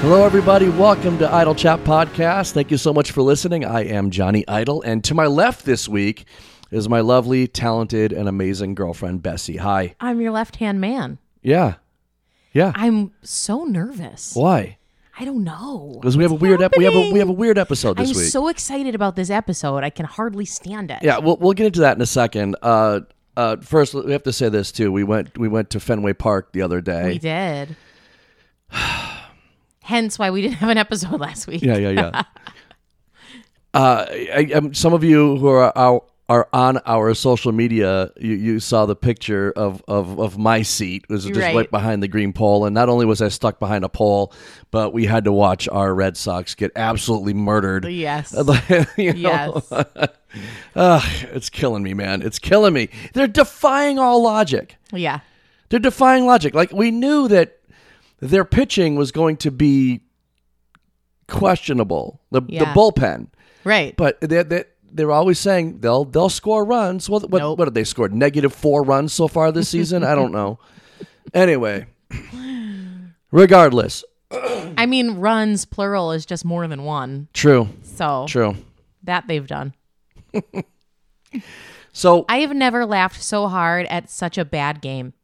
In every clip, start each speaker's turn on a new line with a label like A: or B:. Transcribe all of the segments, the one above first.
A: Hello, everybody. Welcome to Idle Chat Podcast. Thank you so much for listening. I am Johnny Idle, and to my left this week is my lovely, talented, and amazing girlfriend, Bessie. Hi.
B: I'm your left hand man.
A: Yeah. Yeah.
B: I'm so nervous.
A: Why?
B: I don't know.
A: Because we have a weird ep- we have a we have a weird episode
B: I'm
A: this week.
B: so excited about this episode. I can hardly stand it.
A: yeah, we'll we'll get into that in a second. Uh, uh, first, we have to say this too. We went we went to Fenway Park the other day.
B: We did. Hence why we didn't have an episode last week.
A: Yeah, yeah, yeah. uh, I, I, um, some of you who are our, are on our social media, you, you saw the picture of, of, of my seat. It was just right.
B: Right.
A: behind the green pole. And not only was I stuck behind a pole, but we had to watch our Red Sox get absolutely murdered.
B: Yes.
A: You know?
B: Yes.
A: Ugh, it's killing me, man. It's killing me. They're defying all logic.
B: yeah.
A: They're defying logic. Like we knew that their pitching was going to be questionable. The, the
B: Yeah.
A: bullpen,
B: Right.
A: but they they they're always saying they'll they'll score runs. Well, what
B: Nope.
A: what have they scored? Negative four runs so far this season. I don't know. Anyway, regardless,
B: I mean, runs plural is just more than one.
A: true,
B: So
A: true.
B: that they've done.
A: So
B: I have never laughed so hard at such a bad game.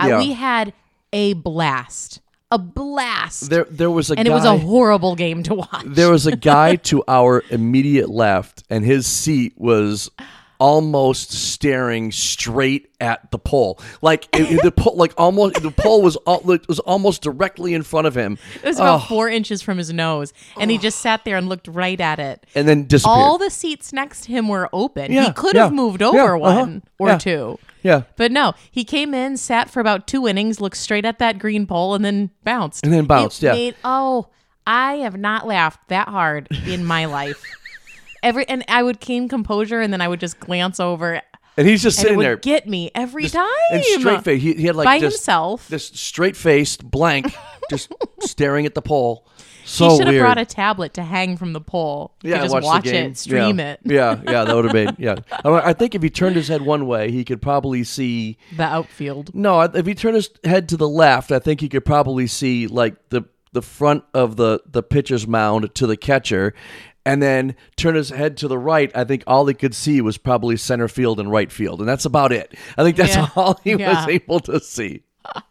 B: Uh,
A: Yeah.
B: we had a blast. A blast.
A: there there was a
B: and
A: guy,
B: it was a horrible game to watch.
A: there was a guy to our immediate left, and his seat was almost staring straight at the pole. Like it- it- the pole, like almost the pole was al- like, was almost directly in front of him,
B: It was about four inches from his nose, and he just sat there and looked right at it.
A: and then disappeared.
B: All the seats next to him were open.
A: Yeah,
B: he could
A: yeah,
B: have moved
A: yeah,
B: over
A: uh-huh,
B: one or
A: yeah.
B: two.
A: yeah,
B: But no, he came in, sat for about two innings, looked straight at that green pole, and then bounced.
A: And then
B: It
A: bounced, yeah.
B: made- oh, I have not laughed that hard in my life. Every and I would gain composure, and then I would just glance over,
A: and he's just
B: and it
A: sitting
B: would
A: there
B: get me every time.
A: and straight face. He, he had like
B: by
A: this,
B: himself.
A: this straight faced blank, just staring at the pole. So
B: he should have
A: weird.
B: brought a tablet to hang from the pole. You could
A: I
B: just
A: watched the
B: watch
A: game.
B: it, stream
A: yeah.
B: it.
A: Yeah, yeah, that would have been yeah. I I think if he turned his head one way, he could probably see
B: The outfield.
A: No, I- if he turned his head to the left, I think he could probably see like the the front of the the pitcher's mound to the catcher, and then turn his head to the right. I think all he could see was probably center field and right field, and that's about it. I think that's
B: Yeah.
A: all he was
B: Yeah.
A: able to see.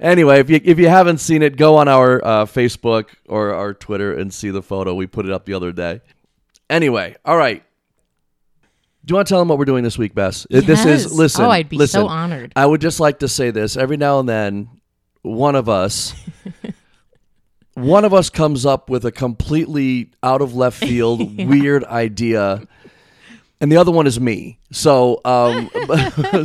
A: Anyway, if you if you haven't seen it, go on our uh, Facebook or our Twitter and see the photo. We put it up the other day. Anyway, all right. Do you want to tell them what we're doing this week, Bess? Uh, This
B: Yes.
A: is listen.
B: Oh, I'd be
A: listen,
B: so honored.
A: I would just like to say this every now and then, one of us, one of us comes up with a completely out of left field, weird idea, and the other one is me. So, um,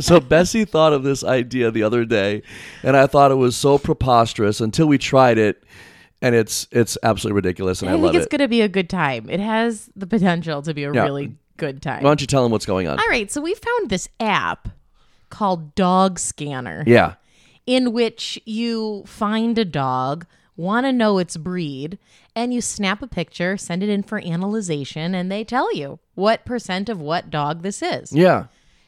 A: so Bessie thought of this idea the other day, and I thought it was so preposterous until we tried it, and it's it's absolutely ridiculous, and I,
B: I, think
A: love
B: it's
A: it.
B: going to be a good time. It has the potential to be a
A: Yeah.
B: really good time.
A: Why don't you tell him what's going on?
B: All right, so we found this app called Dog Scanner
A: yeah,
B: in which you find a dog, want to know its breed, and you snap a picture, send it in for analyzation, and they tell you what percent of what dog this is.
A: yeah,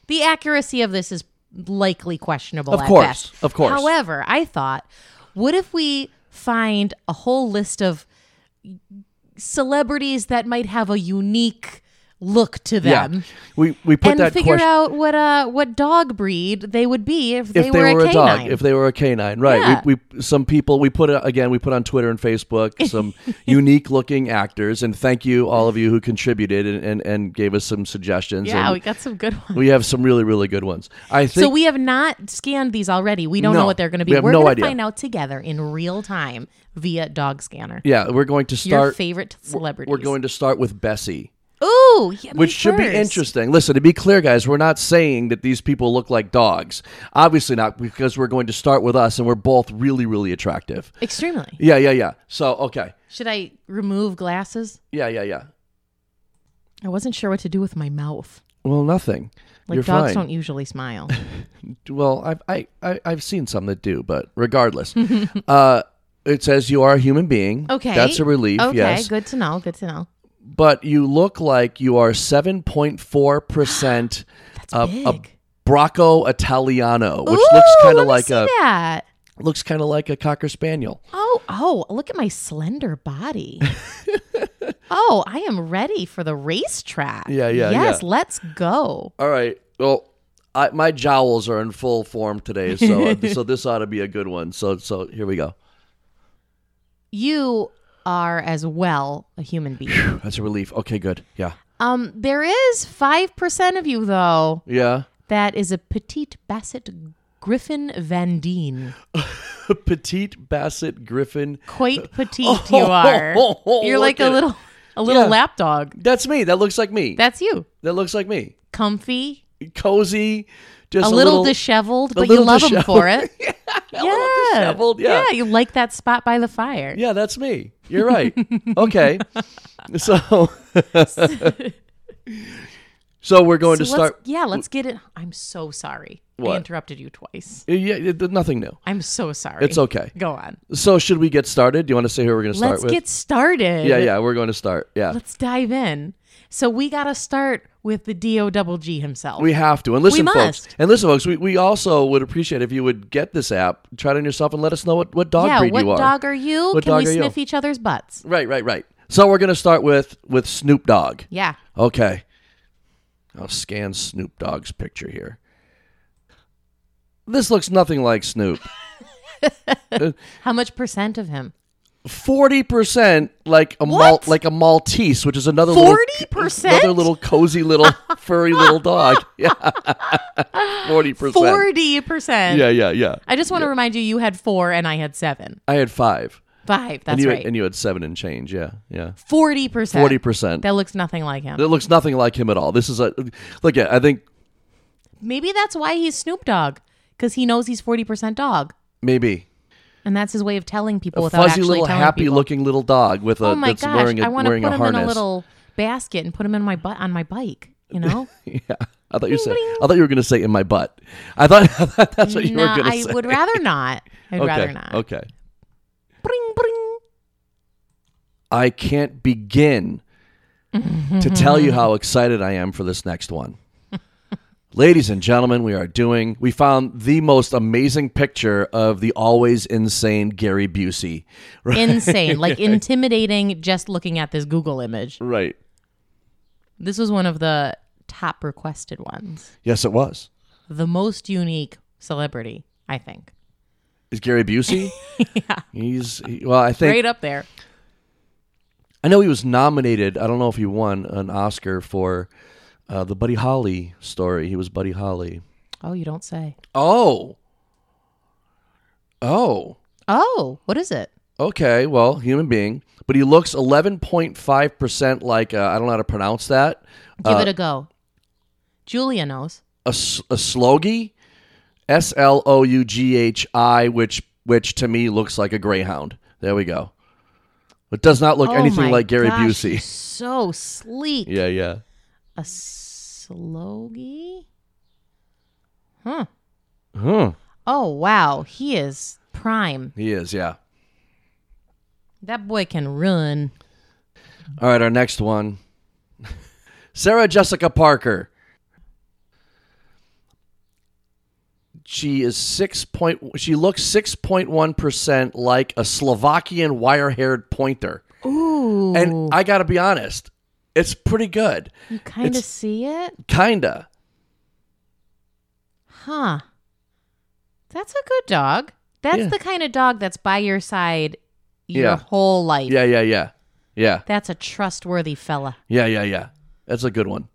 B: The accuracy of this is likely questionable.
A: Of
B: at
A: course,
B: best.
A: of course.
B: However, I thought, what if we find a whole list of celebrities that might have a unique look to
A: yeah.
B: them?
A: We we put
B: And
A: that
B: figure
A: question.
B: out what uh what dog breed they would be if they,
A: if they, were, a, dog,
B: canine.
A: if they were a canine, right?
B: Yeah.
A: We, we some people we put it again. We put on Twitter and Facebook some unique looking actors, and thank you all of you who contributed and, and, and gave us some suggestions.
B: yeah,
A: and
B: we got some good ones.
A: we have some really really good ones. I think
B: so we have not scanned these already. We don't
A: No,
B: know what they're going to be.
A: we have
B: are
A: no
B: going to
A: idea.
B: find out together in real time via dog scanner.
A: yeah, we're going to
B: Your
A: start.
B: favorite celebrities.
A: We're going to start with Bessie,
B: Ooh, yeah, me
A: which should be
B: first.
A: interesting. Listen, to be clear, guys, we're not saying that these people look like dogs. Obviously not, because we're going to start with us, and we're both really really attractive.
B: Extremely.
A: Yeah, yeah, yeah. So okay,
B: Should I remove glasses?
A: yeah, yeah, yeah.
B: I wasn't sure what to do with my mouth.
A: Well, nothing.
B: Like
A: You're
B: dogs
A: fine.
B: don't usually smile.
A: well I've, I, I i've seen some that do but regardless uh it says you are a human being
B: Okay.
A: that's a relief
B: Okay,
A: yes
B: good to know. Good to know.
A: but you look like you are 7.4 percent
B: That's
A: a, a
B: big.
A: bracco italiano which
B: Ooh,
A: looks kind
B: let
A: of
B: me
A: like
B: see
A: a
B: that.
A: Looks kind of like a cocker spaniel.
B: Oh, oh, look at my slender body. oh, I am ready for the racetrack.
A: Yeah, yeah,
B: Yes,
A: yeah.
B: let's go.
A: All right. Well, I, my jowls are in full form today, so uh, so this ought to be a good one. So so here we go.
B: You are as well a human being.
A: That's a relief. Okay, good. Yeah.
B: um, there is five percent of you though
A: Yeah.
B: that is a petite basset griffin van deen.
A: Petite Basset Griffin.
B: Quite petite you are.
A: Look
B: You're like a
A: at it.
B: little a little
A: Yeah.
B: lapdog.
A: That's me. That looks like me. That,
B: That's you.
A: looks like me.
B: Comfy,
A: Cozy, just
B: a,
A: a,
B: little, disheveled, but
A: little
B: you love him
A: disheveled.
B: for it.
A: a little disheveled, yeah.
B: you like that spot by the fire.
A: Yeah, that's me. You're right. okay. So So we're going
B: So
A: to
B: let's-
A: start
B: yeah, let's get it. I'm so sorry. I
A: What?
B: interrupted you twice.
A: yeah, it- nothing new.
B: I'm so sorry.
A: It's okay.
B: Go on.
A: So should we get started? Do you want to say who we're going to start
B: Let's
A: with?
B: get started.
A: yeah, yeah, we're going to start. Yeah.
B: Let's dive in. So we got to start with the D O double G himself.
A: We have to. And listen, folks.
B: must.
A: And listen, folks, we, we also would appreciate if you would get this app, try it on yourself, and let us know what, what dog
B: yeah,
A: breed
B: what
A: you are.
B: dog are you?
A: What
B: Can we
A: dog are you?
B: sniff each other's butts?
A: Right, right, right. So we're going to start with with Snoop Dogg.
B: Yeah.
A: Okay. I'll scan Snoop Dogg's picture here. This looks nothing like Snoop.
B: How much percent of him?
A: Forty percent like a mal-
B: What?
A: like a Maltese, which is another little
B: 40%?
A: another little cozy little furry little dog. Yeah, forty percent.
B: 40%.
A: Yeah, yeah, yeah.
B: I just want to remind you, you had four and I had seven.
A: I had five,
B: Five.
A: and
B: That's
A: you
B: right.
A: had, and you had seven and change. Yeah, yeah.
B: 40%.
A: Forty percent.
B: That looks nothing like him.
A: That looks nothing like him at all. This is a look. I think
B: Maybe that's why he's Snoop Dogg, because he knows he's 40% dog.
A: maybe
B: And that's his way of telling people without
A: fuzzy
B: actually
A: little
B: telling
A: happy
B: people.
A: looking little dog with a
B: Oh my
A: that's
B: gosh!
A: wearing
B: I
A: a
B: want to
A: wearing
B: put
A: a
B: him in
A: harness.
B: a little basket and put him in my butt on my bike. You know?
A: yeah. I thought you said I thought you were gonna say in my butt. I thought, I thought that's what you
B: nah,
A: were gonna
B: I
A: say.
B: would rather not. I'd
A: okay.
B: rather not.
A: Okay.
B: Bring, bring.
A: I can't begin to tell you how excited I am for this next one. Ladies and gentlemen, we are doing, we found the most amazing picture of the always insane Gary Busey. Right.
B: Insane, like intimidating. Just looking at this Google image.
A: right.
B: This was one of the top requested ones.
A: Yes, it was.
B: The most unique celebrity, I think.
A: Is Gary Busey? yeah. He's, he- well, I think,
B: Right up there.
A: I know he was nominated. I don't know if he won an Oscar for uh, the Buddy Holly story. He was Buddy Holly.
B: Oh, you don't say.
A: Oh. Oh.
B: Oh, what is it?
A: Okay, well, human being, but he looks 11.5% like uh, I don't know how to pronounce that.
B: Give
A: Uh,
B: it a go. Julia knows.
A: A, s- a slogie, S L O U G H I, which which to me looks like a greyhound. There we go. It does not look
B: Oh
A: anything
B: my
A: like Gary
B: gosh, he's
A: Busey.
B: So sleek.
A: Yeah, yeah.
B: A slogie? Huh.
A: Huh.
B: Oh, wow. He is prime.
A: He is, yeah.
B: That boy can run.
A: All right, our next one. Sarah Jessica Parker. She is six point. She looks six point one percent like a Slovakian wire-haired pointer,
B: Ooh.
A: and I gotta be honest, it's pretty good,
B: you kind of
A: it's-
B: see it?
A: kinda.
B: Huh. That's a good dog. That's
A: Yeah.
B: the kind of dog that's by your side your
A: Yeah.
B: whole life.
A: Yeah, yeah, yeah, yeah,
B: That's a trustworthy fella.
A: yeah, yeah, yeah. That's a good one.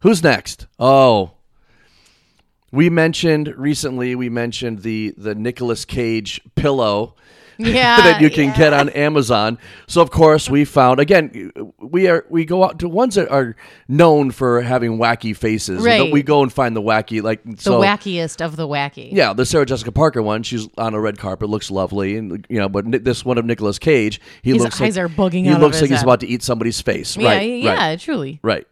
A: Who's next? Oh, we mentioned recently. We mentioned the the Nicolas Cage pillow.
B: Uh, Yeah.
A: that you can get on Amazon. So of course we found again we are we go out to ones that are known for having wacky faces. We go-
B: Right.
A: We go and find the wacky like
B: the
A: so
B: wackiest of the wacky.
A: yeah, the Sarah Jessica Parker one. She's on a red carpet, looks lovely, and you know. But Ni- this one of Nicolas Cage, he
B: His
A: looks
B: eyes
A: like
B: are bugging
A: he
B: out of
A: looks
B: his
A: like he's
B: head.
A: about to eat somebody's face.
B: Yeah,
A: right,
B: yeah,
A: right,
B: truly.
A: right.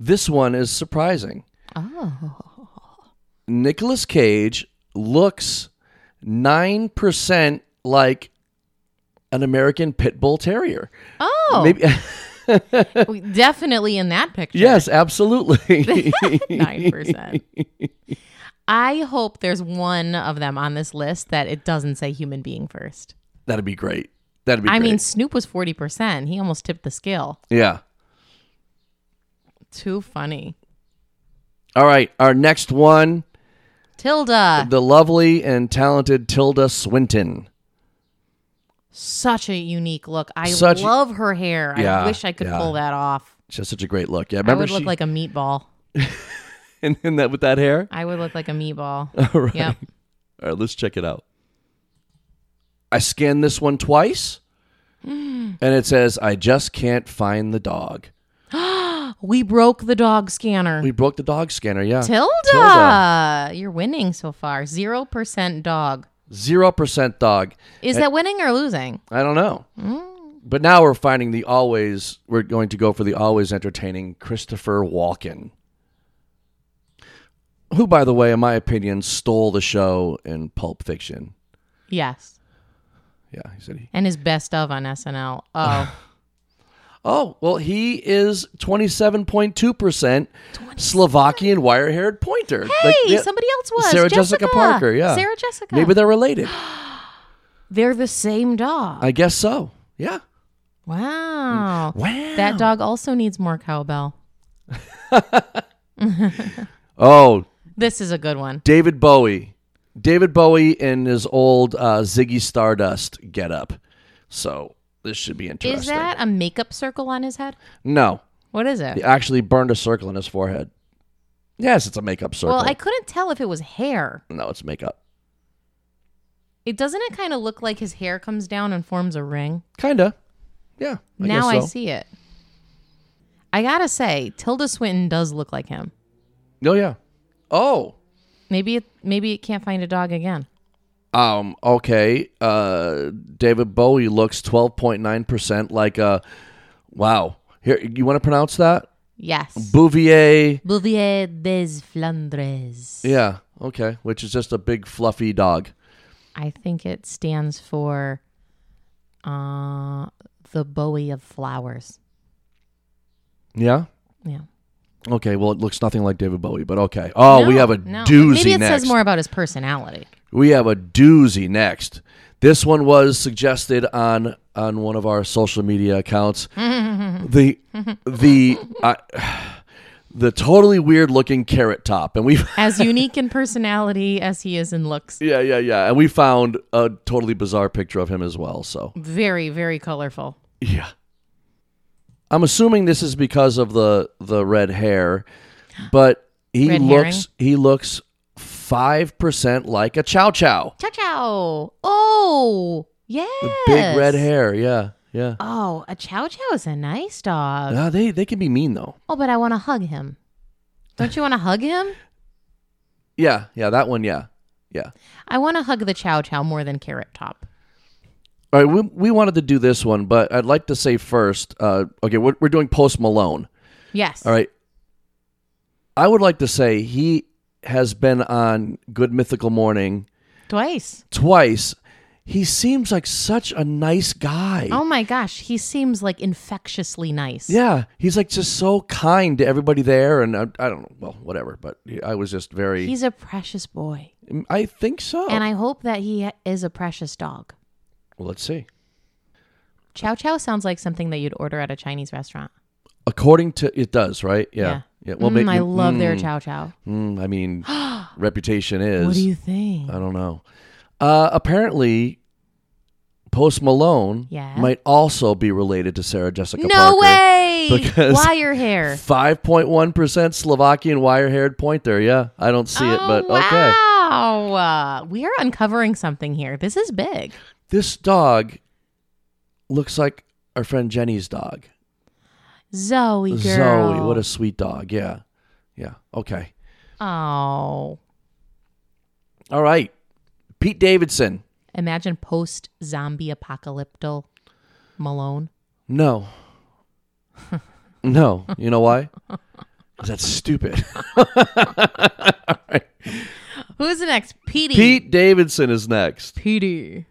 A: This one is surprising.
B: Oh.
A: Nicolas Cage looks nine percent like an American pit bull terrier.
B: Oh.
A: Maybe
B: We- Definitely in that picture.
A: yes, absolutely.
B: Nine percent. I hope there's one of them on this list that it doesn't say human being first.
A: That'd be great. That'd be.
B: I
A: great.
B: mean, Snoop was 40%. He almost tipped the scale.
A: yeah.
B: Too funny.
A: All right, our next one,
B: Tilda,
A: the lovely and talented Tilda Swinton.
B: such a unique look. I
A: Such-
B: love her hair.
A: Yeah,
B: I wish I could
A: yeah.
B: pull that off.
A: She has such a great look. Yeah,
B: I
A: remember
B: would
A: she
B: look like a meatball.
A: in, in that with that hair.
B: I would look like a meatball.
A: All right.
B: Yep.
A: All right, let's check it out. I scanned this one twice, and it says, "I just can't find the dog."
B: We broke the dog scanner.
A: We broke the dog scanner. Yeah,
B: Tilda,
A: Tilda.
B: you're winning so far. 0% dog.
A: zero percent dog.
B: Is that winning or losing?
A: I don't know. But now we're finding the always. We're going to go for the always entertaining Christopher Walken, who, by the way, in my opinion, stole the show in Pulp Fiction.
B: Yes.
A: Yeah, he said he.
B: And his best of on SNL. Oh,
A: Oh well, he is twenty seven point two percent Slovakian wire-haired pointer. Hey,
B: hey, somebody else was.
A: Sarah Jessica Parker, yeah.
B: Sarah Jessica.
A: Maybe they're related.
B: They're the same dog.
A: I guess so. Yeah.
B: wow.
A: Wow.
B: That dog also needs more cowbell.
A: oh,
B: This is a good one.
A: David Bowie. David Bowie in his old uh, Ziggy Stardust getup. So this should be interesting.
B: Is that a makeup circle on his head?
A: No,
B: What is it?
A: he actually burned a circle in his forehead. Yes, it's a makeup circle.
B: well, I couldn't tell if it was hair.
A: No, it's makeup.
B: It doesn't it kind of look like his hair comes down and forms a ring?
A: Kinda. Yeah. I
B: now
A: guess so.
B: I see it. I gotta say, Tilda Swinton does look like him.
A: No, yeah. Oh.
B: Maybe it maybe it can't find a dog again.
A: Um. Okay. Uh. David Bowie looks twelve point nine percent like a. Wow. Here, you want to pronounce that?
B: Yes.
A: Bouvier.
B: Bouvier des Flandres.
A: Yeah. Okay. Which is just a big fluffy dog.
B: I think it stands for uh the Bowie of flowers.
A: Yeah.
B: Yeah.
A: Okay, well, it looks nothing like David Bowie, but okay. Oh, we
B: No,
A: have a
B: no.
A: doozy
B: Maybe it
A: next.
B: says more about his personality.
A: We have a doozy next. This one was suggested on on one of our social media accounts. the the uh, the totally weird looking carrot top, and we
B: As unique in personality as he is in looks.
A: yeah yeah yeah, and we found a totally bizarre picture of him as well. So
B: Very, very colorful.
A: yeah, I'm assuming this is because of the the red hair, but he
B: Red
A: looks he looks five percent like a chow chow.
B: Ciao ciao. Oh yes.
A: Big red hair. Yeah. Yeah.
B: Oh, a chow chow is a nice dog.
A: Ah, they they can be mean though.
B: Oh, but I want to hug him. Don't you want to hug him?
A: Yeah. Yeah. That one. Yeah. Yeah.
B: I want to hug the chow chow more than carrot top.
A: All right. We we wanted to do this one, but I'd like to say first. Uh, okay, we're we're doing Post Malone.
B: Yes.
A: All right. I would like to say he has been on Good Mythical Morning
B: Twice.
A: twice. He seems like such a nice guy.
B: Oh my gosh, he seems like infectiously nice.
A: Yeah, he's like just so kind to everybody there, and I, I don't know. Well, whatever. But I was just very.
B: He's a precious boy.
A: I think so.
B: And I hope that he is a precious dog.
A: well, let's see.
B: Chow chow sounds like something that you'd order at a Chinese restaurant.
A: According to it does right, yeah, yeah. Well,
B: Mm,
A: make-
B: I love their
A: mm,
B: chow chow.
A: mm, I mean, reputation is.
B: What do you think?
A: I don't know. Uh, apparently, Post Malone
B: Yeah.
A: might also be related to Sarah Jessica.
B: No way.
A: because-
B: Wire hair.
A: Five point one percent Slovakian wire-haired pointer. Yeah, I don't see it, but
B: Oh,
A: okay.
B: wow. Uh, we are uncovering something here. This is big.
A: This dog looks like our friend Jenny's dog,
B: Zoe girl.
A: Zoe. What a sweet dog. Yeah, yeah. Okay.
B: Oh.
A: All right. Pete Davidson.
B: Imagine post zombie apocalyptic Malone.
A: No. no. You know why? 'Cause That's stupid.
B: Who's the next? Petey.
A: Pete Davidson is next.
B: Petey.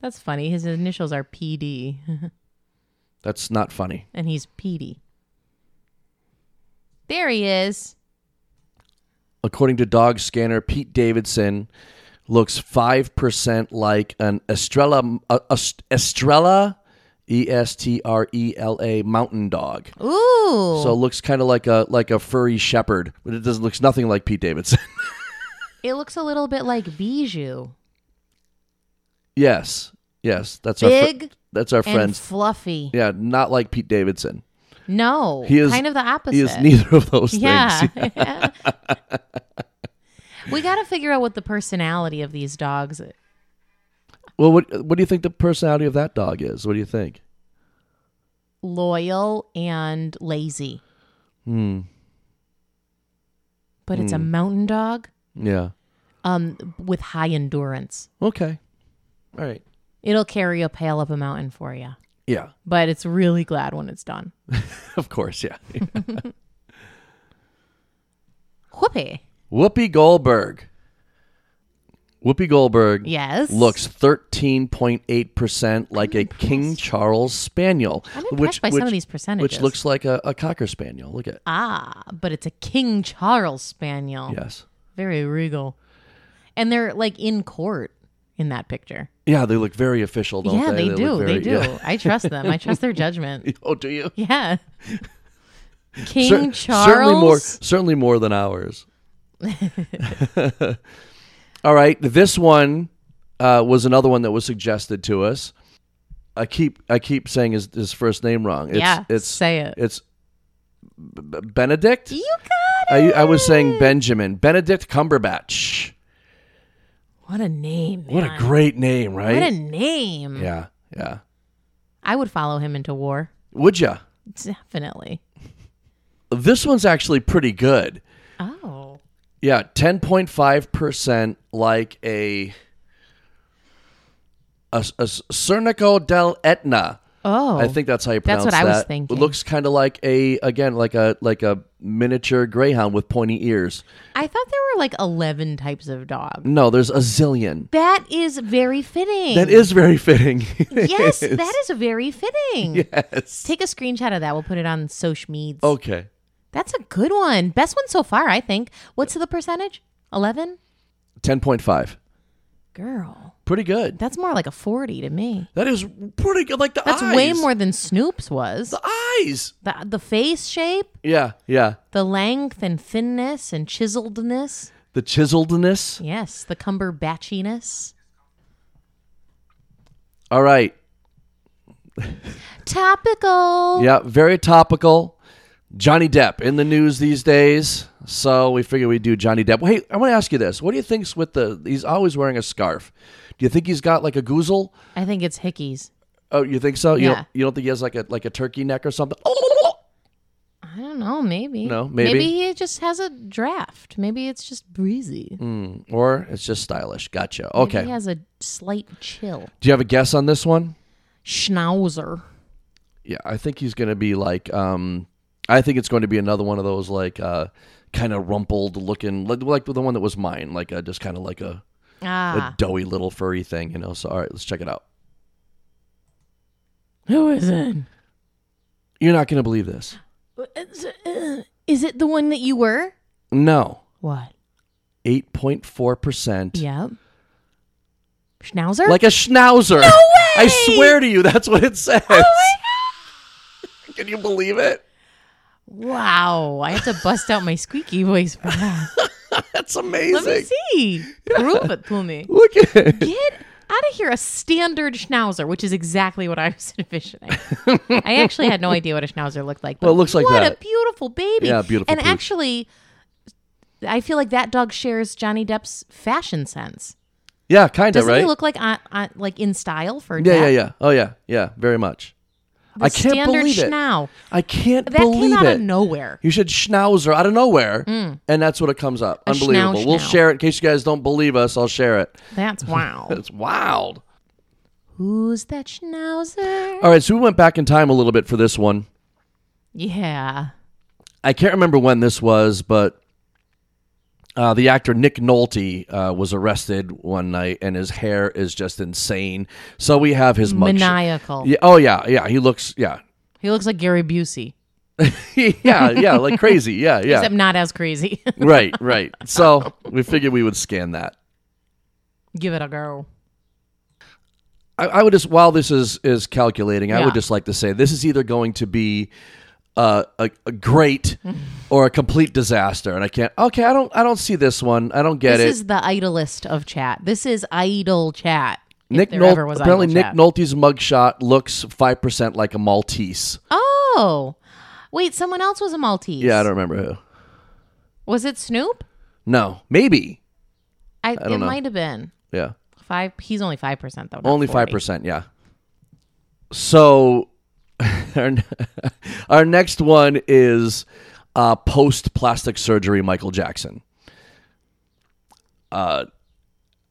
B: That's funny. His initials are PD
A: That's not funny.
B: and he's Petey. There he is.
A: according to dog scanner Pete Davidson, looks 5% like an Estrella, uh, Est- Estrella, E S T R E L A mountain dog.
B: Ooh.
A: So it looks kind of like a like a furry shepherd, but it doesn't looks nothing like Pete Davidson.
B: it looks a little bit like Bijou.
A: yes, yes, that's our fr-
B: Big
A: that's our
B: and
A: friend.
B: fluffy.
A: yeah, not like Pete Davidson.
B: No.
A: He is-
B: kind of the opposite.
A: He is neither of those
B: yeah.
A: things.
B: we got to figure out what the personality of these dogs is.
A: Well, what what do you think the personality of that dog is? What do you think?
B: loyal and lazy.
A: Hmm.
B: But it's a mountain dog
A: Yeah.
B: um, with high endurance.
A: Okay. All right.
B: It'll carry a pail up a mountain for you,
A: Yeah.
B: but it's really glad when it's done.
A: Of course. Yeah.
B: Whoopee.
A: Whoopi Goldberg. Whoopi Goldberg
B: Yes.
A: looks 13.8% like a King Charles Spaniel.
B: I'm impressed by some of these percentages.
A: Which looks like a, a Cocker Spaniel. Look at
B: Ah, but it's a King Charles Spaniel.
A: Yes.
B: Very regal. And they're like in court in that picture.
A: Yeah, they look very official, don't
B: yeah,
A: Oh, they?
B: they, do.
A: look very-
B: they do.
A: yeah.
B: I trust them. I trust their judgment.
A: Oh, do you?
B: Yeah. King
A: Cer-
B: Charles.
A: Certainly more, certainly more than ours. All right, this one uh, was another one that was suggested to us. I keep I keep saying his, his first name wrong. It's,
B: yeah.
A: it's
B: say it.
A: it's B- B- Benedict.
B: You got
A: I, I was saying Benjamin Benedict Cumberbatch.
B: What a name.
A: What a
B: man.
A: great name, right?
B: What a name.
A: yeah, yeah.
B: I would follow him into war.
A: Would ya?
B: Definitely.
A: This one's actually pretty good.
B: Oh.
A: Yeah, ten point five percent, like a a, a Cernico del Etna.
B: Oh.
A: I think that's how you
B: That's
A: pronounce
B: what
A: that.
B: I was thinking.
A: It looks kind of like a again like a like a miniature greyhound with pointy ears.
B: I thought there were like 11 types of dogs.
A: No, there's a zillion.
B: That is very fitting.
A: That is very fitting.
B: Yes, that is very fitting.
A: yes. Oh.
B: Take a screenshot of that. We'll put it on social meds.
A: Okay.
B: That's a good one. Best one so far, I think. What's the percentage? 11?
A: Ten point five.
B: Girl,
A: Pretty good.
B: that's more like a 40 to me.
A: That is pretty good. Like the
B: That's
A: eyes.
B: way more than Snoop's was.
A: The eyes.
B: The, the face shape,
A: Yeah, yeah.
B: the length and thinness and chiseledness.
A: The chiseledness.
B: Yes, the Cumberbatchiness.
A: All right.
B: Topical.
A: Yeah, very topical. Johnny Depp in the news these days, so we figure we do Johnny Depp. Hey, I want to ask you this: What do you think's with the? He's always wearing a scarf. Do you think he's got like a goozle?
B: I think it's hickeys.
A: Oh, you think so? You,
B: Yeah.
A: don't, you don't think he has like a like a turkey neck or something?
B: I don't know, maybe.
A: No, maybe.
B: he just has a draft. Maybe it's just breezy.
A: Or it's just stylish. Gotcha.
B: Maybe
A: Mm. Okay.
B: He has a slight chill.
A: Do you have a guess on this one?
B: Schnauzer.
A: Yeah, I think he's going to be like. um I think it's going to be another one of those like uh kind of rumpled looking, like, like the one that was mine, like uh, just kind of like a,
B: Ah.
A: a doughy little furry thing, you know. So all right, let's check it out.
B: Who is it?
A: You're not going to believe this.
B: Is it the one that you were?
A: No.
B: What?
A: 8.4%.
B: Yep. Schnauzer?
A: Like a schnauzer. No way! I swear to you, that's what it
B: Oh
A: says. Can you believe it?
B: wow. I have to bust out my squeaky voice for that.
A: That's
B: Let me
A: amazing.
B: see. Prove it to me.
A: Look at it.
B: Get out of here a standard schnauzer, which is exactly what I was envisioning. I actually had no idea what a schnauzer looked like. But
A: Well, it looks like
B: what a
A: that.
B: beautiful baby.
A: Yeah, beautiful
B: And
A: pooch.
B: actually, I feel like that dog shares Johnny Depp's fashion sense.
A: Yeah, kind of,
B: Doesn't
A: right?
B: he look like on, on, like in style for
A: yeah,
B: Depp?
A: yeah, yeah. Oh, yeah, yeah, very much.
B: The
A: I can't
B: standard
A: believe it.
B: schnau.
A: I can't
B: That
A: believe
B: came out
A: it.
B: of nowhere.
A: you should schnauzer out of nowhere, and that's what it comes up. Unbelievable.
B: schnauz
A: we'll
B: schnau.
A: share it in case you guys don't believe us. I'll share it.
B: That's wow.
A: It's wild.
B: Who's that schnauzer?
A: All right, so we went back in time a little bit for this one.
B: Yeah.
A: I can't remember when this was, but uh, the actor Nick Nolte uh, was arrested one night, and his hair is just insane. So we have his mugshot.
B: Maniacal.
A: Yeah. Oh yeah. Yeah. He looks. Yeah.
B: He looks like Gary Busey.
A: yeah, yeah, like crazy. Yeah, yeah.
B: Except not as crazy.
A: Right, right. So we figured we would scan that.
B: Give it a go.
A: I, I would just while this is is calculating, I
B: Yeah.
A: would just like to say this is either going to be uh, a, a great or a complete disaster, and I can't. Okay, I don't. I don't see this one. I don't get
B: This
A: it.
B: is the idlest of chat. This is idle chat. if
A: Nick
B: there
A: Nol-
B: ever was
A: apparently
B: idle
A: Nick
B: chat.
A: Nolte's mugshot looks five percent like a Maltese.
B: Oh, wait, someone else was a Maltese.
A: Yeah, I don't remember who.
B: Was it Snoop?
A: No, maybe.
B: I,
A: don't
B: it
A: know.
B: might have been
A: Yeah,
B: five. He's only five percent though. not
A: only
B: 40.
A: five percent. Yeah. So our, n- our next one is uh, post plastic surgery Michael Jackson. Uh,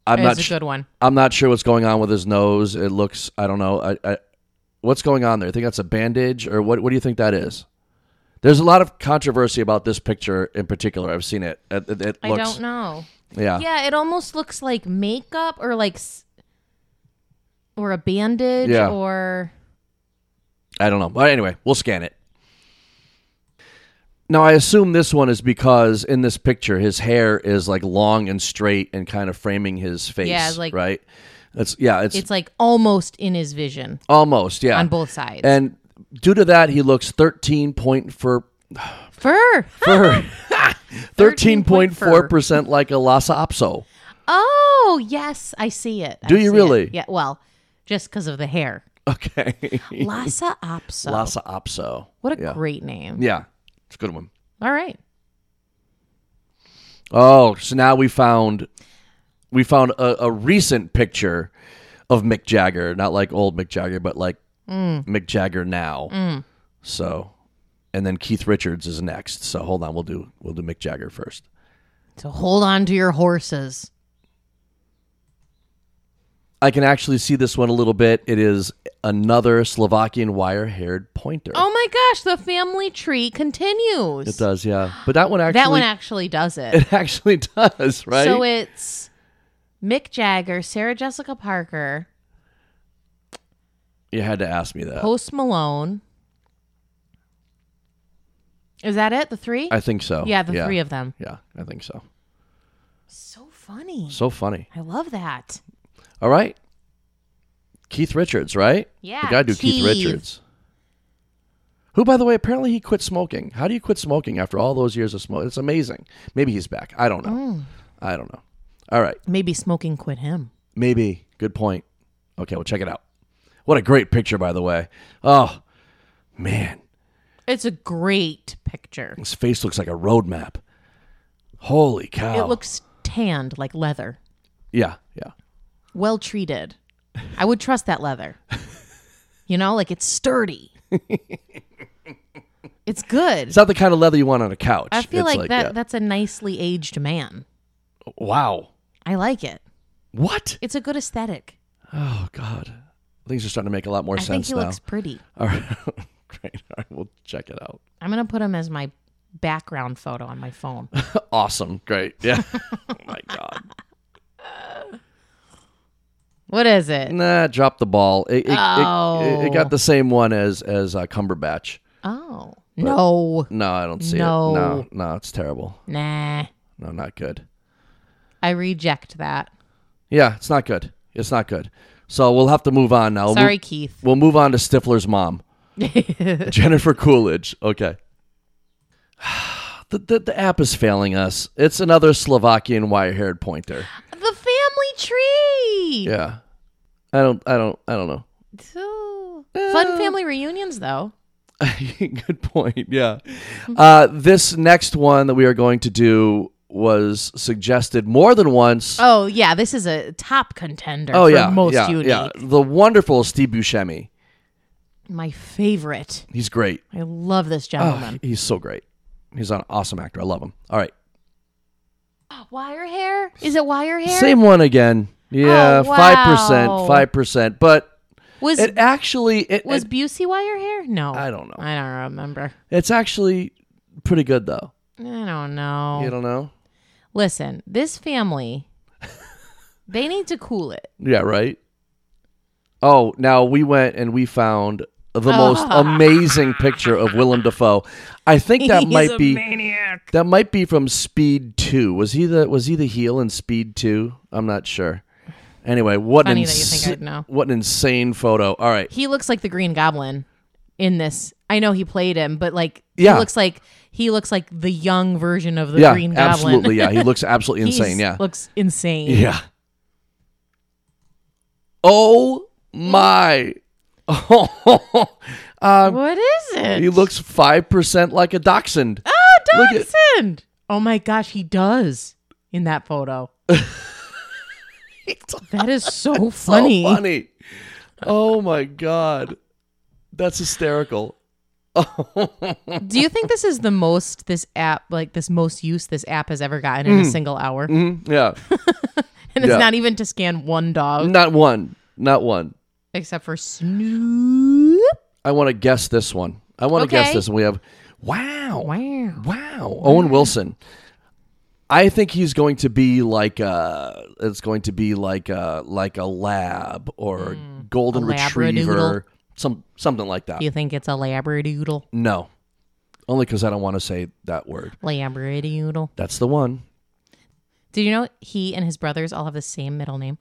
A: I'm not
B: That's a
A: sh-
B: good one.
A: I'm not sure what's going on with his nose. It looks I don't know. I, I what's going on there? I think that's a bandage or what what do you think that is? There's a lot of controversy about this picture in particular. I've seen it. It, it- it
B: I
A: looks
B: don't know.
A: Yeah.
B: Yeah, it almost looks like makeup or like s- or a bandage
A: Yeah.
B: or
A: I don't know. But anyway, we'll scan it. Now I assume this one is because in this picture his hair is like long and straight and kind of framing his face,
B: Yeah, it's like-
A: right? It's yeah, it's,
B: it's like almost in his vision
A: almost, yeah.
B: on both sides.
A: and due to that he looks 13 point for
B: Fur.
A: fur.
B: 13.4%
A: 13.4% like a lasapso.
B: Oh yes, I see it. I
A: Do you
B: see it.
A: really?
B: Yeah. Well, just because of the hair.
A: Okay.
B: Lhasa Apso.
A: Lasapso.
B: What a
A: yeah.
B: great name.
A: Yeah. It's a good one.
B: All right.
A: Oh, so now we found we found a, a recent picture of Mick Jagger, not like old Mick Jagger, but like
B: Mm.
A: Mick Jagger now. So and then Keith Richards is next. So hold on, we'll do we'll do Mick Jagger first.
B: So hold on to your horses.
A: I can actually see this one a little bit. It is another Slovakian wire-haired pointer.
B: Oh my gosh, the family tree continues.
A: It does, yeah. But that one actually
B: that one actually does it.
A: it actually does, right?
B: So it's Mick Jagger, Sarah Jessica Parker,
A: you had to ask me that.
B: Post Malone. Is that it? The three?
A: I think so.
B: yeah, the three of them.
A: Yeah, I think so.
B: So funny.
A: So funny.
B: I love that.
A: All right. Keith Richards, right?
B: Yeah,
A: The guy do Keith
B: Keith.
A: Richards. Who, by the way, apparently he quit smoking. How do you quit smoking after all those years of smoking? It's amazing. Maybe he's back. I don't know.
B: Mm.
A: I don't know. All right.
B: Maybe smoking quit him.
A: Maybe. Good point. Okay, well, check it out. What a great picture, by the way. Oh, man.
B: It's a great picture.
A: His face looks like a roadmap. Holy cow.
B: It looks tanned like leather.
A: Yeah, yeah.
B: well treated. I would trust that leather. You know, like it's sturdy. it's good.
A: It's not the kind of leather you want on a couch.
B: I feel
A: It's
B: like, that
A: yeah.
B: that's a nicely aged man.
A: Wow.
B: I like it.
A: What?
B: It's a good aesthetic.
A: Oh God. Things are starting to make a lot more
B: I think
A: sense
B: he
A: now.
B: looks pretty.
A: All right. Great. All right. We'll check it out.
B: I'm going to put him as my background photo on my phone.
A: Awesome. Great. Yeah. oh my God.
B: what is it?
A: Nah. Drop the ball. It, it, it-
B: Oh.
A: it, got the same one as as uh, Cumberbatch.
B: Oh. No.
A: No, I don't see
B: No.
A: it. No. No. It's terrible.
B: Nah.
A: No, not good.
B: I reject that.
A: Yeah. It's not good. It's not good. So we'll have to move on now. We'll
B: Sorry,
A: move-
B: Keith.
A: We'll move on to Stifler's mom. Jennifer Coolidge. Okay. The, the, the app is failing us. It's another Slovakian wire haired pointer.
B: The family tree.
A: Yeah. I don't I don't I don't know.
B: Ooh. Fun family reunions, though.
A: Good point. Yeah. Uh, this next one that we are going to do was suggested more than once.
B: Oh yeah, this is a top contender.
A: Oh,
B: for
A: yeah.
B: most
A: yeah,
B: unique.
A: yeah. The wonderful Steve Buscemi.
B: My favorite.
A: He's great.
B: I love this
A: Oh,
B: gentleman.
A: he's so great. He's an awesome actor. I love him. All right.
B: wire hair? Is it wire hair?
A: Same one again. Yeah,
B: Oh,
A: five percent,
B: wow.
A: five percent. But
B: Was
A: it actually it
B: was
A: it-
B: Busey wire hair? No,
A: I don't know.
B: I don't remember.
A: it's actually pretty good though.
B: I don't know.
A: You don't know?
B: Listen, this family, they need to cool it.
A: Yeah, right. Oh, now we went and we found the most amazing picture of Willem Dafoe. I think that might be
B: maniac.
A: that might be from Speed Two. Was he the was he the heel in Speed Two? I'm not sure. Anyway, what an
B: Funny that you think I'd know.
A: what an insane photo. All right,
B: He looks like the Green Goblin in this. I know he played him, but like
A: Yeah.
B: he looks like he looks like the young version of the
A: yeah,
B: Green Goblin.
A: absolutely, yeah. He looks absolutely
B: He's-
A: insane. Yeah,
B: looks insane.
A: yeah. Oh my! Oh,
B: What is it?
A: he looks five percent like a dachshund.
B: oh,
A: look at-
B: Dachshund. oh my gosh, he does in that photo. That is so funny.
A: So funny. Oh my god, that's hysterical.
B: Do you think this is the most this app like this most use this app has ever gotten in a single hour?
A: Mhm, Yeah,
B: And it's
A: Mm. Yeah.
B: not even to scan one dog
A: not one, not one.
B: except for Snoop.
A: I want to guess this one. I want to guess
B: Okay.
A: this. one. We have wow, wow,
B: Wow.
A: Owen Wilson. I think he's going to be like a. It's going to be like a like a lab or a golden
B: Mm. A
A: retriever,
B: labradoodle.
A: some something like that.
B: Do you think it's a labradoodle?
A: No, only because I don't want to say that word.
B: Labradoodle.
A: That's the one.
B: Did you know he and his brothers all have the same middle name?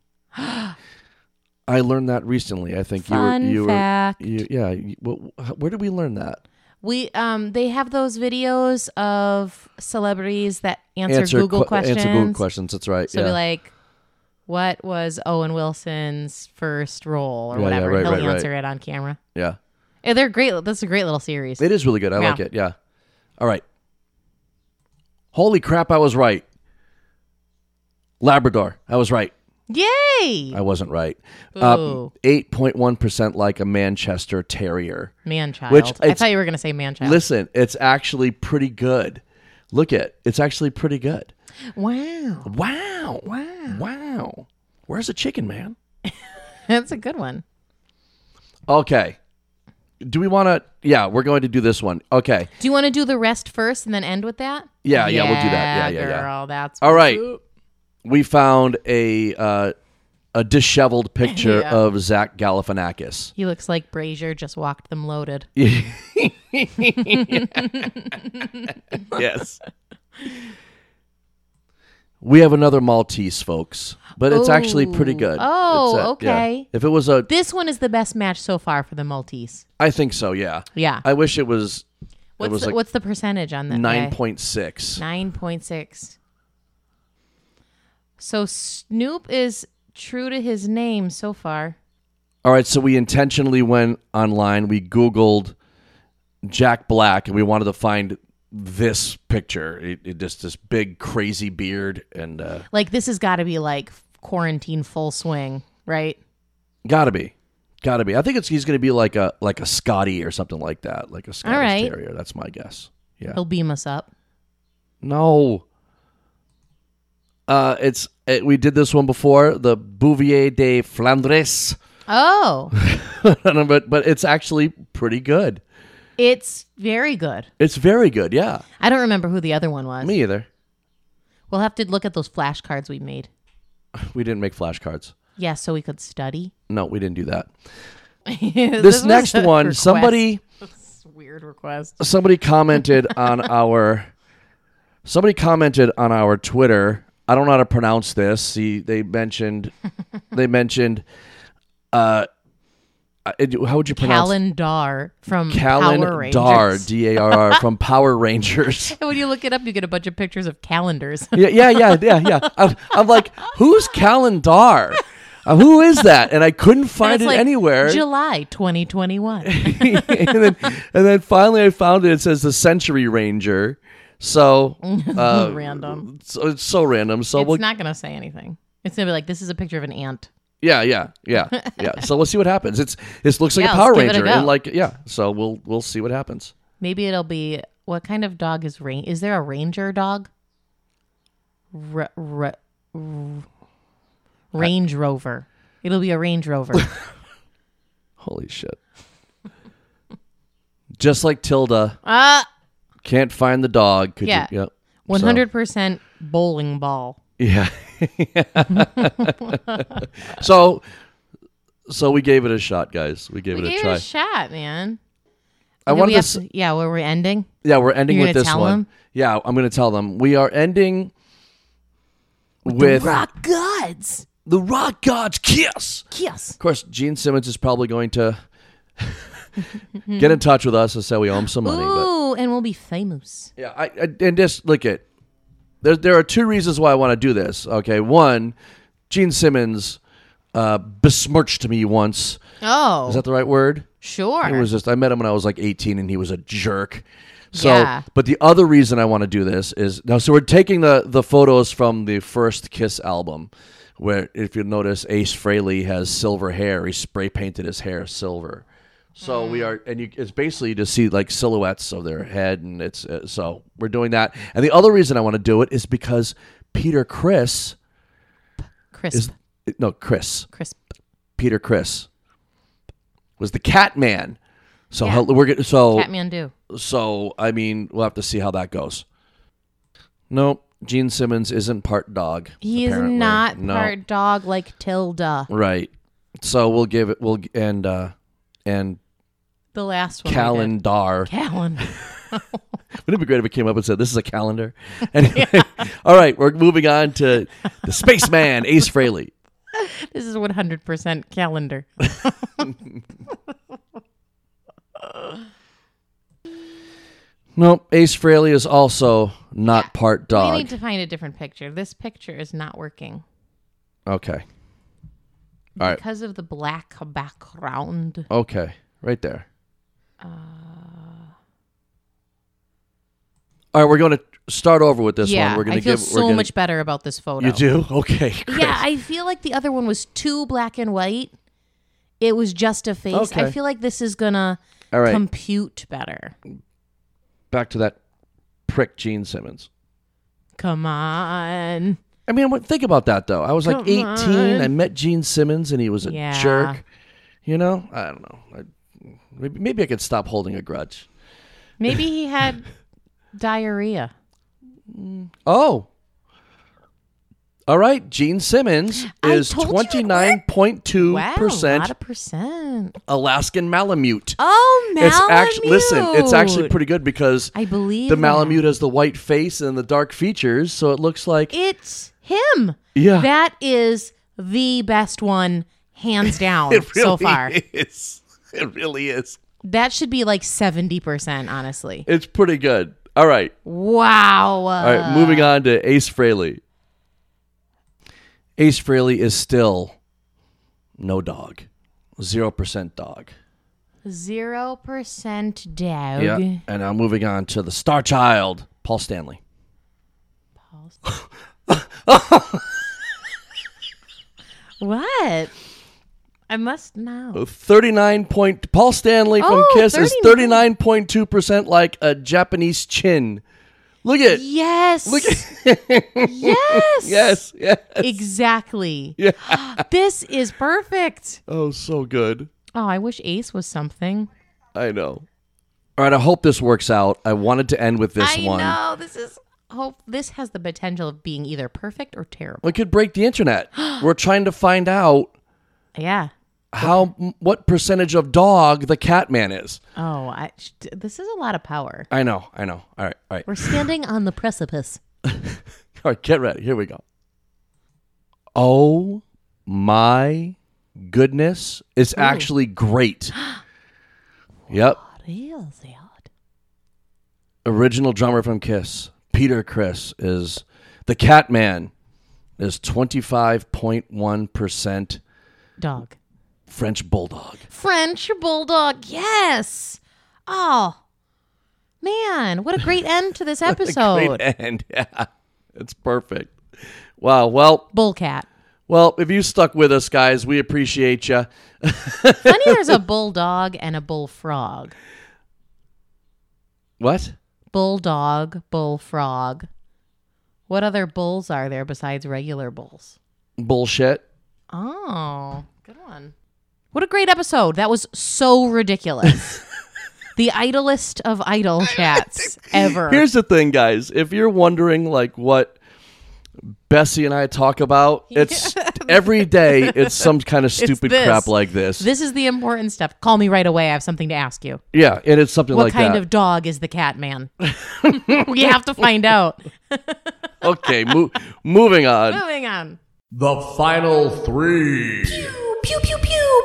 A: I learned that recently. I think
B: Fun
A: you were you
B: fact.
A: were you, yeah. You, wh- wh- where did we learn that?
B: We um they have those videos of celebrities that answer, Google
A: que-
B: questions.
A: Answer Google questions. That's right.
B: So
A: yeah.
B: be like, what was Owen Wilson's first role
A: Yeah,
B: or
A: yeah,
B: whatever?
A: right,
B: He'll
A: right, right.
B: answer it on camera.
A: yeah.
B: Yeah, they're great. That's a great little series.
A: It is really good. I
B: Yeah.
A: like it. Yeah. All right. Holy crap! I was right. Labrador. I was right.
B: Yay!
A: I wasn't right. Uh,
B: Boo.
A: Eight point one percent like a Manchester Terrier.
B: Man child.
A: Which
B: I
A: it's-
B: thought you were gonna say man child.
A: Listen, it's actually pretty good. Look at it's actually pretty good.
B: wow,
A: Wow! Wow! Wow! Where's the chicken, man?
B: that's a good one.
A: Okay. Do we want to? Yeah, we're going to do this one. Okay.
B: Do you want to do the rest first and then end with that?
A: Yeah, yeah, we'll do that. Yeah, yeah,
B: girl,
A: yeah.
B: That's
A: All right. We found a uh, a disheveled picture
B: Yeah.
A: of Zach Galifianakis.
B: He looks like Brazier just walked them loaded.
A: yes. We have another Maltese, folks, but it's actually pretty
B: Ooh.
A: good.
B: Oh,
A: It's a- yeah.
B: okay.
A: If it was a,
B: This one is the best match so far for the Maltese.
A: I think so. Yeah.
B: Yeah.
A: I wish it was.
B: what's
A: it was
B: the,
A: like
B: what's the percentage on that?
A: nine
B: guy?
A: point six.
B: Nine point six. So Snoop is true to his name so far.
A: All right, so we intentionally went online. We Googled Jack Black, and we wanted to find this picture. It, it just this big crazy beard, and uh,
B: Like this has got to be like quarantine full swing, right?
A: gotta be, gotta be. I think it's he's gonna be like a like a Scotty or something like that, like a Scottish
B: right.
A: Terrier. That's my guess. Yeah.
B: He'll beam us up.
A: No. Uh, it's it, we did this one before the Bouvier de Flandres,
B: Oh,
A: but but it's actually pretty good.
B: it's very good.
A: It's very good. Yeah,
B: I don't remember who the other one was.
A: me either.
B: We'll have to look at those flashcards we made.
A: We didn't make flashcards.
B: Yeah, so we could study.
A: No, we didn't do that. This,
B: this was
A: next
B: a
A: one,
B: request.
A: somebody
B: weird request.
A: somebody commented on our somebody commented on our Twitter. I don't know how to pronounce this. See, they mentioned they mentioned uh uh, it- how would you pronounce
B: Callan Dar from Power
A: Callan
B: Rangers.
A: Dar D A R R from Power Rangers.
B: when you look it up, you get a bunch of pictures of calendars.
A: Yeah, yeah, yeah, yeah, yeah. I'm, I'm like, who's Callan Dar? Uh, who is that? And I couldn't find
B: It's
A: it
B: like
A: anywhere.
B: July 2021.
A: and then and then finally I found it. It says the Century Ranger. So uh,
B: Random.
A: so it's so random. So
B: It's
A: we'll
B: not going to say anything. It's going to be like, this is a picture of an ant.
A: yeah yeah yeah yeah. So we'll see what happens. It's this looks like
B: Yeah,
A: a Power
B: let's give it a
A: Ranger and
B: go.
A: like yeah. So we'll we'll see what happens.
B: Maybe it'll be, what kind of dog is rain? Is there a ranger dog? R- r- r- Range Rover. It'll be a Range Rover.
A: Holy shit! Just like Tilda,
B: Ah,
A: can't find the dog. Could
B: Yeah.
A: you? Yep.
B: 100% bowling ball.
A: Yeah. so So we gave it a shot, guys. We gave
B: We
A: it
B: gave
A: a
B: it
A: try.
B: a shot, man.
A: I
B: Do
A: wanted
B: we
A: to,
B: have
A: s-
B: to- yeah, where we're ending.
A: yeah, we're ending
B: You're
A: with
B: gonna
A: this
B: tell
A: one.
B: them?
A: Yeah, I'm going to tell them. We are ending with
B: Rock gods.
A: the rock god's kiss.
B: Yes.
A: Of course, Gene Simmons is probably going to get in touch with us and say we owe him some money. But
B: Ooh, and we'll be famous.
A: Yeah, I, I and just look at there. There are two reasons why I want to do this. Okay, one, Gene Simmons uh, besmirched me once.
B: Oh,
A: Is that the right word?
B: sure.
A: It was just I met him when I was like 18, and he was a jerk. So,
B: Yeah.
A: but the other reason I want to do this is now. So we're taking the the photos from the first Kiss album, where if you notice, Ace Frehley has silver hair. He spray painted his hair silver. So
B: Mm.
A: we are, and you, it's basically to see like silhouettes of their head, and it's uh, so we're doing that. And the other reason I want to do it is because Peter Chris
B: crisp.
A: is no Chris
B: crisp.
A: Peter Chris was the Cat Man. So
B: Yeah.
A: hel- we're gonna so
B: Kathmandu.
A: so, I mean, we'll have to see how that goes. Nope. Gene Simmons isn't part dog.
B: He
A: apparently.
B: is not
A: No.
B: part dog like Tilda.
A: Right. So we'll give it. We'll and uh and
B: The last one. we did.
A: calendar.
B: Callan.
A: Wouldn't it be great if it came up and said, "This is a calendar"? Anyway, all right, we're moving on to the spaceman Ace Frehley.
B: This is 100% calendar.
A: Nope. Ace Frehley is also not part
B: We
A: dog.
B: need to find a different picture. This picture is not working
A: okay. All right.
B: because of the black background.
A: Okay, right there.
B: Uh,
A: All right, we're going to start over with this
B: yeah,
A: one. We're going
B: I
A: to
B: feel
A: give.
B: so
A: we're gonna,
B: much better about this photo.
A: You do? Okay. Great.
B: Yeah, I feel like the other one was too black and white. It was just a face. I
A: Okay.
B: feel like this is gonna
A: All right.
B: compute better.
A: Back to that prick Gene Simmons.
B: Come on.
A: I mean, what- think about that though. I was like
B: Come
A: 18. I
B: on.
A: met Gene Simmons, and he was a
B: Yeah.
A: jerk. You know, I don't know. I, maybe, maybe I could stop holding a grudge.
B: Maybe he had diarrhea.
A: Oh. All right, Gene Simmons
B: I
A: is
B: told you it worked.
A: 29.2
B: Wow, a lot
A: percent
B: of percent.
A: Alaskan Malamute.
B: Oh, Malamute.
A: It's actually listen. It's actually pretty good because
B: I believe
A: the
B: that.
A: Malamute has the white face and the dark features, so it looks like
B: It's him.
A: Yeah.
B: that is the best one, hands down,
A: it really
B: so far.
A: is. It really is.
B: That should be like seventy percent, honestly.
A: It's pretty good. All right, all
B: Wow.
A: right. moving on to Ace Frehley. Ace Frehley is still no dog, zero percent dog.
B: Zero percent dog.
A: Yeah, and I'm moving on to the star child, Paul Stanley.
B: What? I must know.
A: 39 point Paul Stanley from
B: Oh,
A: Kiss is
B: 39.
A: 39.2% like a Japanese chin. Look at
B: Yes. yes.
A: yes, yeah.
B: Exactly. this is perfect.
A: Oh, so good.
B: Oh, I wish Ace was something.
A: I know. All right, I hope this works out. I wanted to end with this
B: I
A: one.
B: know this is hope. This has the potential of being either perfect or terrible.
A: We could break the internet. We're trying to find out
B: Yeah.
A: how what percentage of dog the cat man is.
B: Oh, I, sh- this is a lot of power.
A: I know, I know. All right, all right.
B: We're standing on the precipice.
A: All right, get ready. Here we go. Oh my goodness. It's actually great. yep.
B: Real sad.
A: Original drummer from Kiss, Peter Chris, is the Catman, is 25.1%
B: Dog.
A: French Bulldog.
B: French bulldog. Yes. Oh man, what a great end to this episode.
A: Great end. Yeah. It's perfect. Wow. Well,
B: Bullcat.
A: well, if you stuck with us, guys, we appreciate you.
B: Funny, there's a bulldog and a bullfrog.
A: What?
B: Bulldog, bullfrog. What other bulls are there besides regular bulls?
A: Bullshit.
B: Oh, good one. What a great episode. That was so ridiculous. the idlest of idle chats ever.
A: Here's the thing, guys. If you're wondering like what Bessie and I talk about, it's Every day it's some kind of stupid
B: this.
A: crap like this.
B: This is the important stuff. Call me right away. I have something to ask you.
A: Yeah, and it's something
B: What
A: like
B: kind
A: that.
B: of dog is the cat man? we have to find out.
A: okay, mo- moving on.
B: Moving on.
A: The final three.
B: Pew pew pew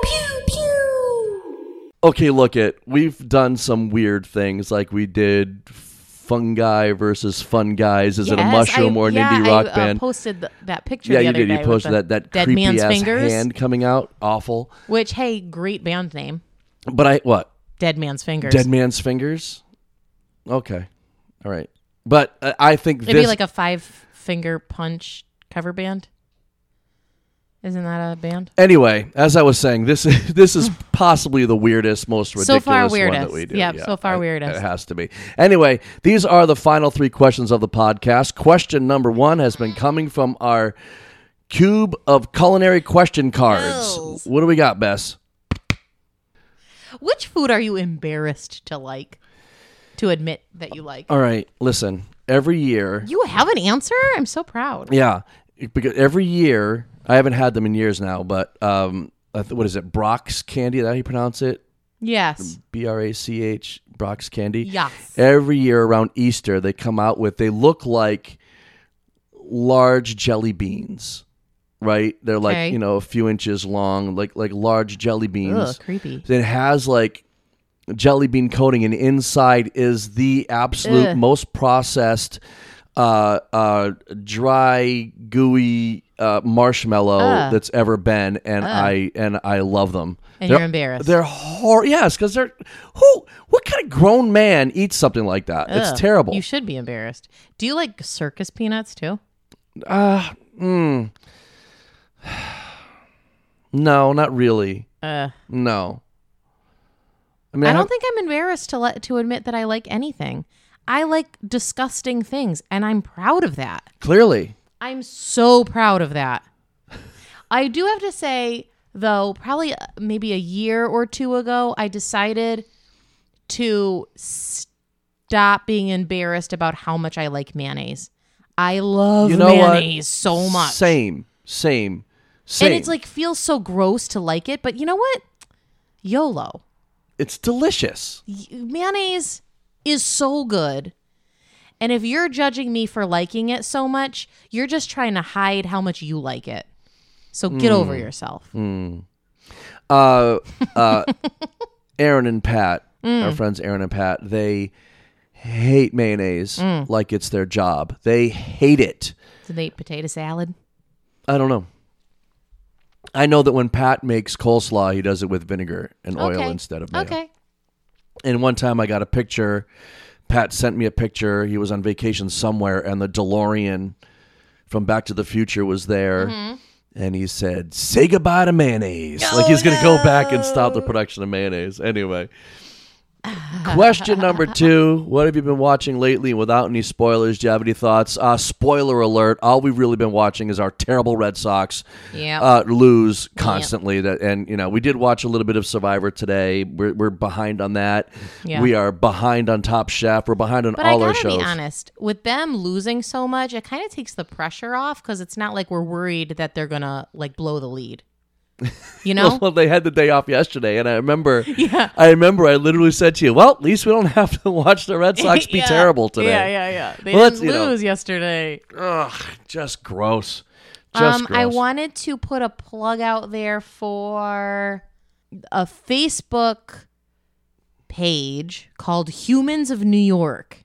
B: pew pew.
A: Okay, look it. We've done some weird things, like we did fungi versus fun guys. Is it a mushroom or an indie rock
B: I, uh,
A: band?
B: posted th- that picture.
A: yeah,
B: the
A: you
B: other
A: did.
B: Day
A: You
B: with
A: posted
B: the
A: that that
B: dead
A: creepy
B: man's
A: ass
B: fingers.
A: hand coming out. Awful.
B: Which, hey, great band name,
A: But I what?
B: Dead Man's Fingers.
A: Dead man's fingers. Okay, all right. But uh, I think
B: It'd
A: this.
B: be like a five finger punch cover band. Isn't that a band?
A: anyway, as I was saying, this is this is possibly the weirdest, most
B: So
A: ridiculous
B: far
A: one
B: weirdest.
A: that we do.
B: Yep, so far
A: I-
B: weirdest.
A: It has to be. Anyway, these are the final three questions of the podcast. Question number one has been coming from our cube of culinary question cards.
B: Bills.
A: What do we got, Bess?
B: Which food are you embarrassed to like? To admit that you like?
A: All right, listen. Every year,
B: You have an answer? I'm so proud.
A: Yeah, because every year I haven't had them in years now, but um, I th- what is it? Brock's candy? Is that how you pronounce it?
B: Yes.
A: B R A C H Brock's candy.
B: Yes.
A: Every year around Easter, they come out with. They look like large jelly beans, right? They're like
B: Okay.
A: you know a few inches long, like like large jelly beans.
B: Ugh, creepy.
A: It has like jelly bean coating, and inside is the absolute
B: Ugh.
A: most processed, uh, uh, dry, gooey uh, marshmallow
B: Ugh.
A: that's ever been, and I and I love them.
B: And
A: They're-
B: you're embarrassed.
A: They're hor yes, because they're who? What kind of grown man eats something like that?
B: Ugh,
A: It's terrible.
B: You should be embarrassed. Do you like circus peanuts too?
A: no, not really.
B: Uh,
A: No. I mean,
B: I
A: I
B: don't
A: have-
B: think I'm embarrassed to let to admit that I like anything. I like disgusting things, and I'm proud of that.
A: clearly.
B: I'm so proud of that. I do have to say, though, probably uh, maybe a year or two ago, I decided to stop being embarrassed about how much I like mayonnaise. I love
A: You know what?
B: mayonnaise so much.
A: Same, same, same.
B: And it's like feels so gross to like it, but you know what? YOLO.
A: it's delicious.
B: Y- Mayonnaise is so good. And if you're judging me for liking it so much, you're just trying to hide how much you like it. So get over
A: Mm.
B: yourself.
A: uh, uh, Aaron and Pat,
B: Mm.
A: our friends Aaron and Pat, they hate mayonnaise
B: Mm.
A: like it's their job. They hate it.
B: Did they eat potato salad?
A: I don't know. I know that when Pat makes coleslaw, he does it with vinegar and oil
B: Okay.
A: instead of mayo.
B: Okay.
A: And one time I got a picture. Pat sent me a picture. He was on vacation somewhere, and the DeLorean from Back to the Future was there.
B: Mm-hmm.
A: And he said, Say goodbye to mayonnaise. like he's going to go back and stop the production of mayonnaise. Anyway. Question number two What have you been watching lately without any spoilers? Do you have any thoughts? Uh, spoiler alert all we've really been watching is our terrible Red Sox
B: Yeah.
A: uh, lose constantly. That and you know we did watch a little bit of Survivor today. We're, we're behind on that.
B: Yeah.
A: We are behind on Top Chef. We're behind on
B: but I
A: all our
B: gotta
A: shows.
B: be honest, with them losing so much, it kind of takes the pressure off because it's not like we're worried that they're gonna like blow the lead. You know?
A: Well, they had the day off yesterday, and I remember.
B: Yeah.
A: I remember. I literally said to you, "Well, at least we don't have to watch the Red Sox be
B: Yeah.
A: terrible today."
B: Yeah, yeah, yeah. They
A: Well, that's,
B: didn't
A: you know-
B: lose yesterday.
A: Ugh, just gross. Just
B: Um,
A: gross.
B: I wanted to put a plug out there for a Facebook page called Humans of New York.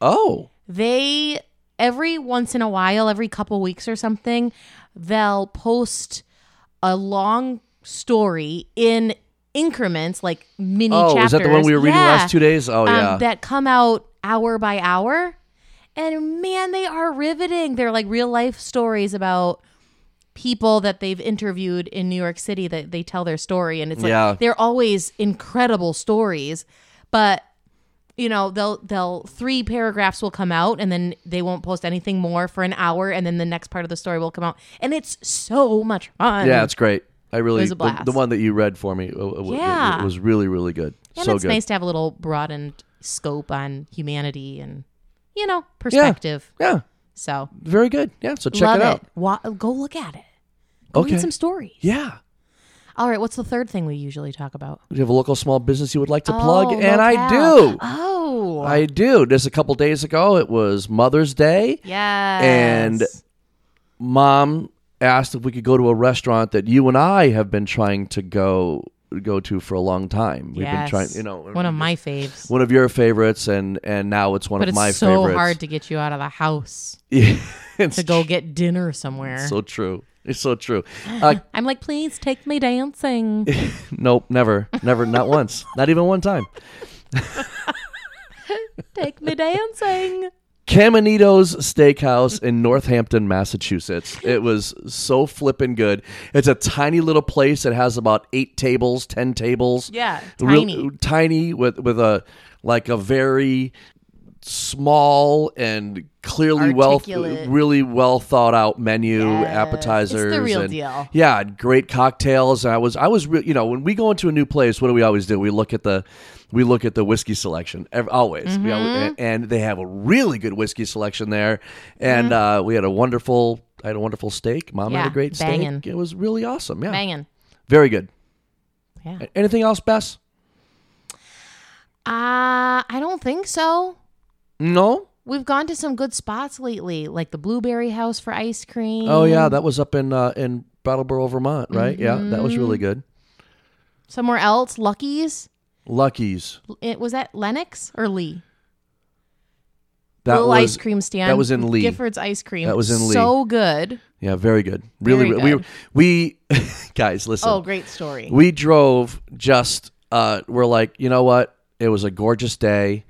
A: oh,
B: They every once in a while, every couple weeks or something, they'll post a long story in increments, like mini
A: oh,
B: chapters.
A: is that the one we were reading
B: Yeah
A: last two days? Oh, yeah.
B: um, that come out hour by hour. And man, they are riveting. They're like real life stories about people that they've interviewed in New York City that they tell their story. And it's like
A: Yeah.
B: they're always incredible stories. But you know, they'll they'll three paragraphs will come out and then they won't post anything more for an hour and then the next part of the story will come out. And it's so much fun.
A: yeah, it's great. I really
B: was a
A: the-
B: blast.
A: The, one that you read for me. uh, uh, w-
B: Yeah.
A: it was really really good.
B: And
A: so
B: it's
A: good.
B: nice to have a little broadened scope on humanity and you know, perspective.
A: Yeah.
B: So
A: Very good. Yeah. So check
B: Love
A: it out.
B: Wa- go look at it. Go read
A: Okay.
B: some stories.
A: Yeah.
B: All right, what's the third thing we usually talk about?
A: Do you have a local small business you would like to plug?
B: Oh,
A: And I
B: locale.
A: do.
B: Oh,
A: I do. Just a couple days ago, it was Mother's Day.
B: yes.
A: and Mom asked if we could go to a restaurant that you and I have been trying to go go to for a long time. We've been
B: Yes.
A: trying, you know,
B: one of my faves.
A: one of your favorites, and and now it's one
B: but
A: of
B: it's
A: my
B: so
A: favorites.
B: hard to get you out of the house
A: it's
B: to go get dinner somewhere.
A: so true. It's so true. Uh,
B: I'm like, please take me dancing.
A: nope, never, never, not once, not even one time.
B: take me dancing.
A: Caminito's Steakhouse in Northampton, Massachusetts. It was so flippin' good. It's a tiny little place that has about eight tables, ten tables.
B: Yeah,
A: Real-
B: tiny.
A: tiny with with a like a very small and clearly
B: Articulate.
A: well, really well thought out menu,
B: Yes.
A: appetizers.
B: It's the real
A: and-
B: deal.
A: Yeah, and great cocktails. And I was, I was, re- you know, when we go into a new place, what do we always do? We look at the, we look at the whiskey selection. ev- Always, We al-
B: Mm-hmm.
A: and, and they have a really good whiskey selection there. And uh, we had a wonderful, I had a wonderful steak. Mom had
B: Mm-hmm. Yeah,
A: a great
B: bangin'.
A: steak. It was really awesome. Yeah,
B: Banging.
A: very good.
B: Yeah.
A: A- Anything else, Bess?
B: Uh, I don't think so.
A: No.
B: We've gone to some good spots lately, like the Blueberry House for ice cream.
A: Oh yeah, that was up in uh, in Brattleboro, Vermont, right? Yeah, that was really
B: Mm-hmm.
A: good.
B: Somewhere else, Lucky's.
A: Lucky's.
B: It was that Lennox or Lee.
A: That
B: Little
A: was
B: ice cream stand.
A: that was in Lee.
B: Gifford's ice cream.
A: That was in Lee.
B: So good.
A: yeah, very good. Really,
B: Very good.
A: we we guys listen.
B: Oh, great story.
A: We drove just uh we're like, you know what? It was a gorgeous day.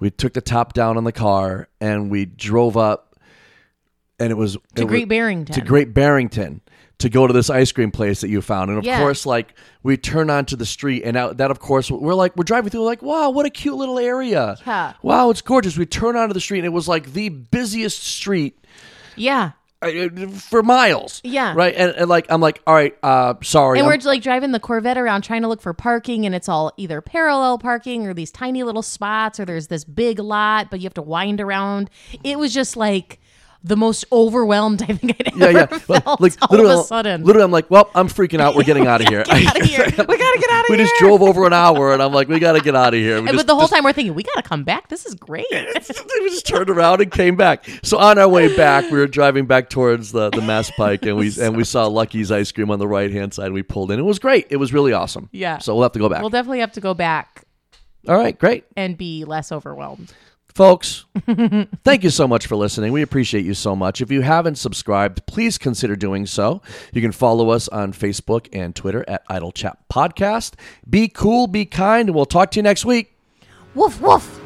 A: We took the top down on the car and we drove up and it was
B: to
A: it
B: Great
A: was,
B: Barrington.
A: to Great Barrington to go to this ice cream place that you found. And of
B: Yeah.
A: course, like we turn onto the street and out that of course we're like we're driving through like, wow, what a cute little area.
B: Yeah.
A: Wow, it's gorgeous. We turn onto the street and it was like the busiest street
B: yeah.
A: uh, for miles.
B: Yeah.
A: Right. And, and like I'm like, all right, uh sorry.
B: And
A: I'm-
B: we're like driving the Corvette around trying to look for parking, and it's all either parallel parking or these tiny little spots, or there's this big lot, but you have to wind around. It was just like the most overwhelmed I think I'd ever
A: yeah, yeah.
B: felt all of a sudden.
A: literally, I'm like, well, I'm freaking out. We're getting out of here.
B: Get out of here. We gotta get out of
A: we
B: here.
A: just drove over an hour, and I'm like, we gotta get out of here. We
B: but
A: just,
B: the whole time we're thinking, we gotta come back. This is great.
A: we just turned around and came back. So on our way back, we were driving back towards the, the Mass Pike, and we and we saw Lucky's ice cream on the right hand side. And we pulled in. It was great. It was really awesome.
B: Yeah.
A: So we'll have to go back.
B: we'll definitely have to go back
A: All right, great,
B: and be less overwhelmed.
A: folks. Thank you so much for listening. We appreciate you so much. If you haven't subscribed, please consider doing so. You can follow us on Facebook and Twitter at Idle Chat Podcast. Be cool, be kind, and we'll talk to you next week.
B: Woof woof.